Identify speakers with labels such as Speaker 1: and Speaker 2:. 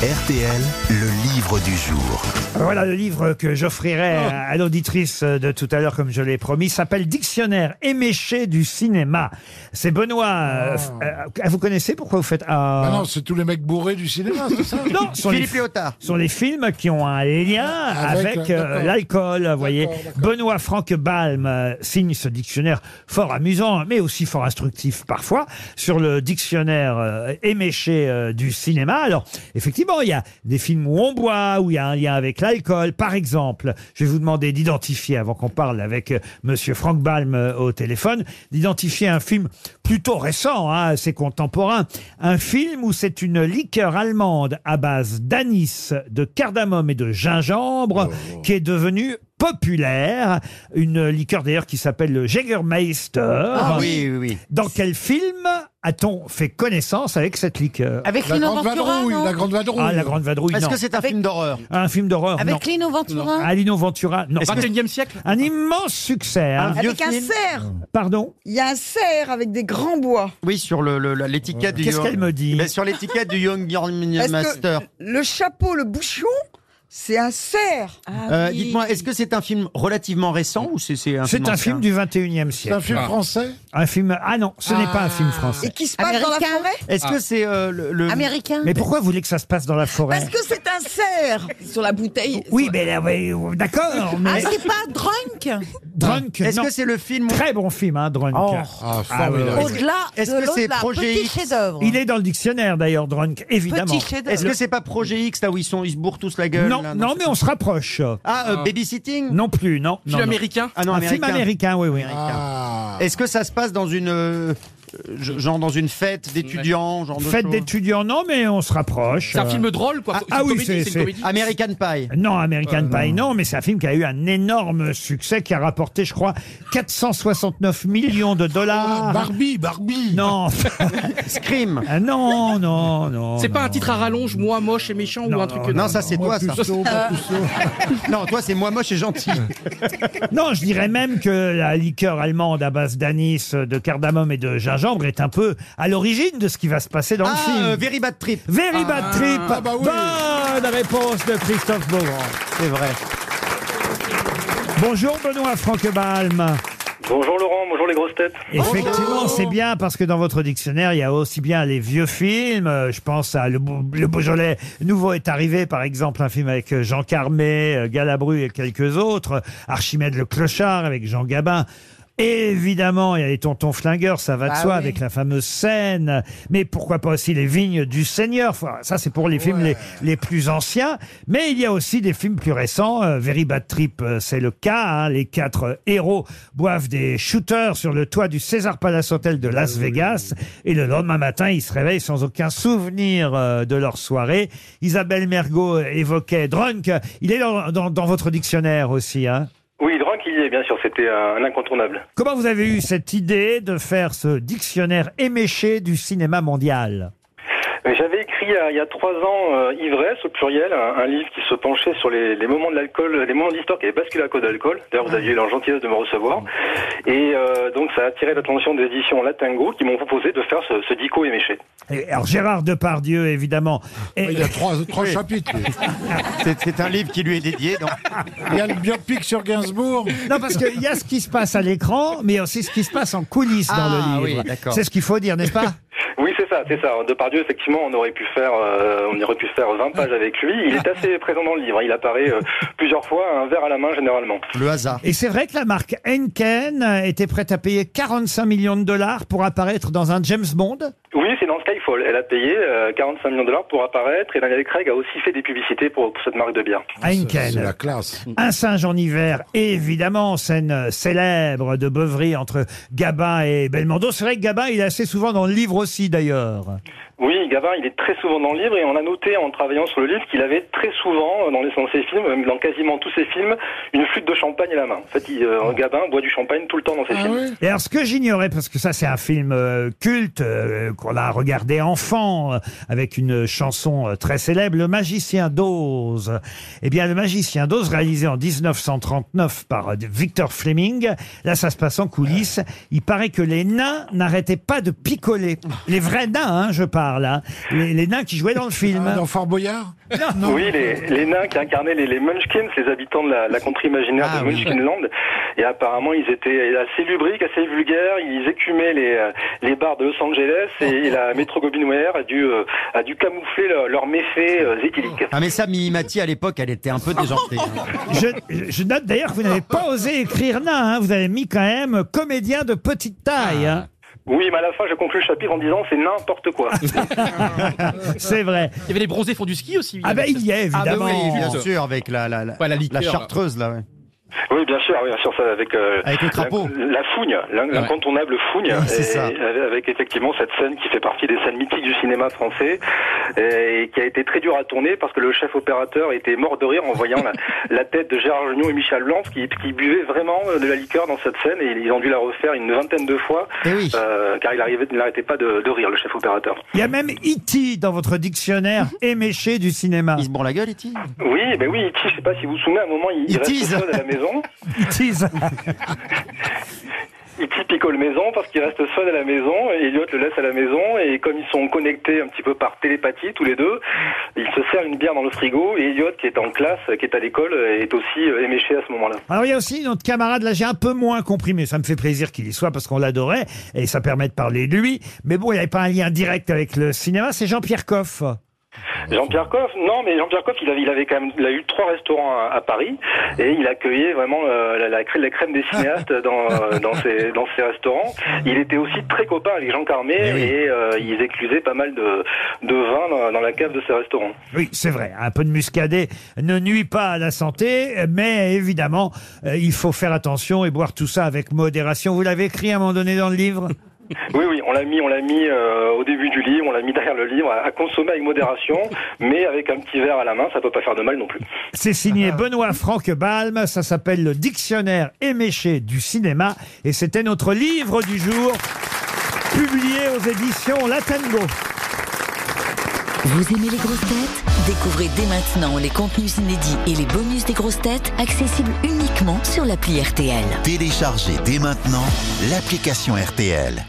Speaker 1: RTL, le livre du jour.
Speaker 2: Voilà le livre que j'offrirai à à l'auditrice de tout à l'heure, comme je l'ai promis, s'appelle Dictionnaire éméché du cinéma. C'est Benoît. euh, f- euh, vous connaissez pourquoi vous faites ah
Speaker 3: Hein
Speaker 4: Ah non, c'est tous les mecs bourrés du cinéma, c'est ça
Speaker 2: Non, ce sont les,
Speaker 5: Philippe Léotard.
Speaker 2: ce sont les films qui ont un lien avec,
Speaker 4: Avec,
Speaker 2: euh,
Speaker 4: d'accord.
Speaker 2: l'alcool, vous voyez.
Speaker 4: d'accord.
Speaker 2: Benoît Franck Balm euh, signe ce dictionnaire fort amusant, mais aussi fort instructif parfois, sur le dictionnaire euh, éméché euh, du cinéma. Alors, effectivement, il y a des films où on boit, où il y a un lien avec l'alcool. Par exemple, je vais vous demander d'identifier, avant qu'on parle avec euh, Monsieur Franck Balm euh, au téléphone, d'identifier un film plutôt récent, hein, assez contemporain. Un film où c'est une liqueur allemande à base d'anis, de cardamome et de gingembre
Speaker 5: Oh.
Speaker 2: qui est devenue populaire. Une liqueur d'ailleurs qui s'appelle le Jägermeister.
Speaker 5: Ah oui, oui.
Speaker 2: Dans quel film a-t-on fait connaissance avec cette liqueur
Speaker 3: Avec
Speaker 4: La
Speaker 3: Lino
Speaker 4: grande
Speaker 3: Ventura,
Speaker 4: vadrouille,
Speaker 3: non
Speaker 4: la grande vadrouille.
Speaker 2: Ah, la Grande Vadrouille,
Speaker 5: Est-ce
Speaker 2: non.
Speaker 5: que c'est un film d'horreur
Speaker 2: Un film d'horreur, non.
Speaker 3: Avec Lino Ventura
Speaker 2: Alino Ventura, non.
Speaker 5: siècle
Speaker 2: Un immense succès, hein.
Speaker 6: Avec un cerf
Speaker 2: Pardon
Speaker 6: Il y a un cerf avec des grands bois.
Speaker 5: Oui, sur le- le- la- l'étiquette du.
Speaker 2: Qu'est-ce
Speaker 5: Young-
Speaker 2: qu'elle me
Speaker 5: Eh
Speaker 2: dit
Speaker 5: ben, Sur l'étiquette du Young
Speaker 6: Est-ce
Speaker 5: Young
Speaker 6: que
Speaker 5: Master.
Speaker 6: Le chapeau, le bouchon, c'est un cerf.
Speaker 5: Euh, Dites-moi, est-ce que c'est un film relativement récent ou c'est c'est un film
Speaker 2: C'est un
Speaker 5: ancien
Speaker 2: film du 21e
Speaker 4: C'est
Speaker 2: siècle.
Speaker 4: un film français
Speaker 2: Un film... Ah non, ce n'est pas un film
Speaker 6: Et
Speaker 2: français.
Speaker 6: qui se passe dans la
Speaker 3: Américain.
Speaker 6: forêt
Speaker 5: Est-ce
Speaker 2: Ah.
Speaker 5: que c'est euh, le. le-
Speaker 3: Américain
Speaker 2: Mmh. Mais pourquoi vous voulez que ça se passe dans la forêt
Speaker 6: Parce que c'est un cerf Sur la bouteille.
Speaker 2: Oui, mais là, oui, oui, d'accord,
Speaker 3: Ah,
Speaker 2: mais
Speaker 3: c'est pas Drunk
Speaker 2: Drunk,
Speaker 5: Est-ce
Speaker 2: non.
Speaker 5: que c'est le film. où-
Speaker 2: Très bon film, hein, Drunk.
Speaker 4: Ah,
Speaker 2: formidable.
Speaker 4: formidable.
Speaker 3: Au-delà
Speaker 5: Est-ce
Speaker 3: de
Speaker 5: que c'est
Speaker 3: l'au-delà.
Speaker 5: Projet
Speaker 3: Petit
Speaker 5: X
Speaker 3: chef-d'œuvre.
Speaker 2: Il est dans le dictionnaire, d'ailleurs, Drunk, évidemment.
Speaker 3: Petit chef-d'œuvre.
Speaker 5: Est-ce que c'est pas Projet X là où ils, sont, ils se bourrent tous la gueule
Speaker 2: Non,
Speaker 5: là,
Speaker 2: non, mais on se rapproche.
Speaker 5: Ah, euh, Babysitting
Speaker 2: Non plus, non. non, non.
Speaker 5: américain Ah non,
Speaker 2: Un film américain, oui, oui.
Speaker 4: Ah.
Speaker 5: Est-ce que ça se passe dans une euh, je- genre dans une fête d'étudiants, genre de
Speaker 2: Fête
Speaker 5: choses
Speaker 2: d'étudiants, non, mais on se rapproche.
Speaker 7: C'est un
Speaker 2: Euh,
Speaker 7: film drôle, quoi.
Speaker 2: ah, ah oui, c'est- c'est-
Speaker 5: American Pie.
Speaker 2: Non, American Pie, non, mais c'est un film qui a eu un énorme succès, qui a rapporté, je crois, 469 millions de
Speaker 4: Ah,
Speaker 2: dollars.
Speaker 4: Barbie, Barbie.
Speaker 2: non,
Speaker 5: Scream.
Speaker 2: Ah, non, non, non.
Speaker 7: C'est pas
Speaker 2: non.
Speaker 7: un titre à rallonge, moi moche et méchant
Speaker 2: Non,
Speaker 7: ou un truc.
Speaker 2: non,
Speaker 5: Non, ça c'est toi ça.
Speaker 4: Puceau, pas puceau.
Speaker 2: Ah,
Speaker 5: Non, toi c'est moi moche et gentil.
Speaker 2: Non, je dirais même que la liqueur allemande à base d'anis, de cardamome et de gingembre est un peu à l'origine de ce qui va se passer dans le
Speaker 5: Ah,
Speaker 2: film.
Speaker 5: euh, Very Bad Trip.
Speaker 2: Very Bad Trip.
Speaker 4: bah oui.
Speaker 2: Bonne réponse de Christophe Beaugrand.
Speaker 5: C'est vrai.
Speaker 2: Bonjour Benoît Franquebalm.
Speaker 8: Bonjour Laurent, bonjour les grosses têtes.
Speaker 2: Effectivement, c'est bien parce que dans votre dictionnaire, il y a aussi bien les vieux films. euh, Je pense à Le, Beau- Le Beaujolais Nouveau est arrivé, par exemple, un film avec euh, Jean Carmet, euh, Galabru et quelques autres. Archimède le Clochard avec Jean Gabin. Évidemment, il y a les tontons flingueurs, ça va de
Speaker 3: Bah
Speaker 2: soi,
Speaker 3: oui.
Speaker 2: avec la fameuse scène. Mais pourquoi pas aussi les vignes du Seigneur. Enfin, Ça, c'est pour les films les, les plus anciens. Mais il y a aussi des films plus récents. Euh, Very Bad Trip, euh, c'est le cas. hein. Les quatre euh, héros boivent des shooters sur le toit du César Palace Hotel de Las Vegas. Et le lendemain matin, ils se réveillent sans aucun souvenir euh, de leur soirée. Isabelle Mergot évoquait Drunk. Il est dans, dans- dans votre dictionnaire aussi. Hein.
Speaker 8: Oui, Drunk, il y est, bien sûr, c'était un incontournable.
Speaker 2: Comment vous avez eu cette idée de faire ce dictionnaire éméché du cinéma mondial
Speaker 8: Mais Euh, J'avais écrit il y a, il y a trois ans euh, Ivresse, au pluriel, un, un livre qui se penchait sur les, les moments de l'alcool, les moments d'histoire qui avaient basculé à cause d'alcool. D'ailleurs, vous aviez eu la gentillesse de me recevoir. Et euh, donc, ça a attiré l'attention des éditions Latingo qui m'ont proposé de faire ce, ce dico éméché.
Speaker 2: Et- Alors Gérard Depardieu, évidemment. Et-
Speaker 4: Ah, Il y a trois, trois chapitres. lui.
Speaker 5: C'est c'est un livre qui lui est dédié. donc.
Speaker 4: Il y a le biopic sur Gainsbourg.
Speaker 2: Non, parce qu'il y a ce qui se passe à l'écran, mais il y a aussi ce qui se passe en coulisses dans
Speaker 5: Ah,
Speaker 2: le livre.
Speaker 5: oui, d'accord.
Speaker 2: c'est ce qu'il faut dire, n'est-ce pas
Speaker 8: Oui, c'est ça, c'est ça. Depardieu, effectivement, on aurait pu faire, euh, on aurait pu faire 20 pages avec lui. Il est assez présent dans le livre. Il apparaît euh, plusieurs fois, un verre à la main, généralement.
Speaker 5: Le hasard.
Speaker 2: Et c'est vrai que la marque Henken était prête à payer 45 millions de dollars pour apparaître dans un James Bond.
Speaker 5: Ah,
Speaker 8: Oui, c'est dans Skyfall. Elle a payé euh, 45 millions de dollars pour apparaître et Daniel Craig a aussi fait des publicités pour, pour cette marque de bière.
Speaker 4: C'est
Speaker 2: Henken.
Speaker 4: la classe.
Speaker 2: Un singe en hiver, et évidemment, scène célèbre de Beuverie entre Gabin et Belmondo. C'est vrai que Gabin, il est assez souvent dans le livre aussi, d'ailleurs.
Speaker 8: Oui, Gavin, il est très souvent dans le livre et on a noté en travaillant sur le livre qu'il avait très souvent, euh, dans les dans ses films, même dans quasiment tous ses films, une flûte de champagne à la main. En fait, il, euh, Gabin boit du champagne tout le temps dans ses
Speaker 4: Ah
Speaker 8: films.
Speaker 4: oui
Speaker 2: Et alors, ce que j'ignorais, parce que ça, c'est un film euh, culte euh, qu'on a regardé enfant, euh, avec une chanson euh, très célèbre, Le Magicien d'Oz. Eh bien, Le Magicien d'Oz, réalisé en 1939 par euh, Victor Fleming, là, ça se passe en coulisses. Il paraît que les nains n'arrêtaient pas de picoler. Les vrais nains, hein, je parle. Boyard, là. Les, les nains qui jouaient dans le film.
Speaker 4: Ah, Dans Fort Boyard
Speaker 8: Oui, les, les nains qui incarnaient les, les Munchkins, les habitants de la, la contrée imaginaire
Speaker 5: Ah,
Speaker 8: de
Speaker 5: oui.
Speaker 8: Munchkinland. Et apparemment, ils étaient assez lubriques, assez vulgaires. Ils écumaient les, euh, les bars de Los Angeles et la métro Goblin Ware a dû, euh, a dû camoufler leur- leurs méfaits euh, éthyliques.
Speaker 5: Ah mais ça, Mimimati, à l'époque, elle était un peu déjantée. hein.
Speaker 2: Je, je note d'ailleurs que vous n'avez pas osé écrire nain, hein. vous avez mis quand même comédien de petite taille. hein.
Speaker 5: Oh.
Speaker 8: Oui, mais à la fin, je conclus le chapitre en disant c'est n'importe quoi.
Speaker 2: C'est vrai.
Speaker 9: Il y avait les bronzés font du ski aussi.
Speaker 2: Ah ben il y est
Speaker 5: Ah bah
Speaker 2: évidemment.
Speaker 5: oui, bien sûr, avec la, la, la,
Speaker 9: Ouais, la liqueur.
Speaker 5: chartreuse, là. ouais.
Speaker 8: Oui, bien sûr, oui, bien sûr, ça avec euh,
Speaker 5: Avec le crapaud.
Speaker 8: la, la fougne, l'in- l'incontournable fougne,
Speaker 5: Oui, c'est
Speaker 8: et-
Speaker 5: ça.
Speaker 8: avec, avec effectivement cette scène qui fait partie des scènes mythiques du cinéma français et, qui a été très dure à tourner parce que le chef opérateur était mort de rire en voyant la, la tête de Gérard Junior et Michel Blanc qui, qui buvaient vraiment euh, de la liqueur dans cette scène et ils ont dû la refaire une vingtaine de fois
Speaker 5: Eh oui.
Speaker 8: euh, car il arrivait, il n'arrêtait pas de, de rire le chef opérateur.
Speaker 2: Il y a même E.T. dans votre dictionnaire éméché du cinéma.
Speaker 5: Il se bourre la gueule, il
Speaker 8: Oui, ben oui, E.T., je sais pas si vous vous souvenez, à un moment il,
Speaker 5: Il
Speaker 8: reste
Speaker 5: tease.
Speaker 8: seul à la maison.
Speaker 2: E E.T.
Speaker 8: Il picole maison parce qu'il reste seul à la maison et Elliot le laisse à la maison et comme ils sont connectés un petit peu par télépathie tous les deux, il se sert une bière dans le frigo et Elliot qui est en classe, qui est à l'école, est aussi euh, éméché à ce moment-là.
Speaker 2: Alors il y a aussi notre camarade, là j'ai un peu moins compris, mais ça me fait plaisir qu'il y soit parce qu'on l'adorait et ça permet de parler de lui. Mais bon, il n'y avait pas un lien direct avec le cinéma, c'est Jean-Pierre Coff.
Speaker 8: Jean-Pierre Coff, non mais Jean-Pierre Coff, il avait, il avait quand même, il a eu trois restaurants à, à Paris et il accueillait vraiment euh, la, la, crème- la crème des cinéastes dans, euh, dans, ses, dans ses restaurants. Il était aussi très copain avec Jean Carmé et euh, ils éclusaient pas mal de, de vin dans, dans la cave de ses restaurants.
Speaker 2: Oui, c'est vrai, un peu de muscadet ne nuit pas à la santé, mais évidemment, euh, il faut faire attention et boire tout ça avec modération. Vous l'avez écrit à un moment donné dans le livre
Speaker 8: Oui, oui, on l'a mis, on l'a mis euh, au début du livre, on l'a mis derrière le livre, à, à consommer avec modération, mais avec un petit verre à la main, ça peut pas faire de mal non plus.
Speaker 2: C'est signé Benoît Franck Balm, ça s'appelle le dictionnaire éméché du cinéma et c'était notre livre du jour publié aux éditions Latango.
Speaker 10: Vous aimez les grosses têtes Découvrez dès maintenant les contenus inédits et les bonus des grosses têtes accessibles uniquement sur l'appli RTL.
Speaker 1: Téléchargez dès maintenant l'application RTL.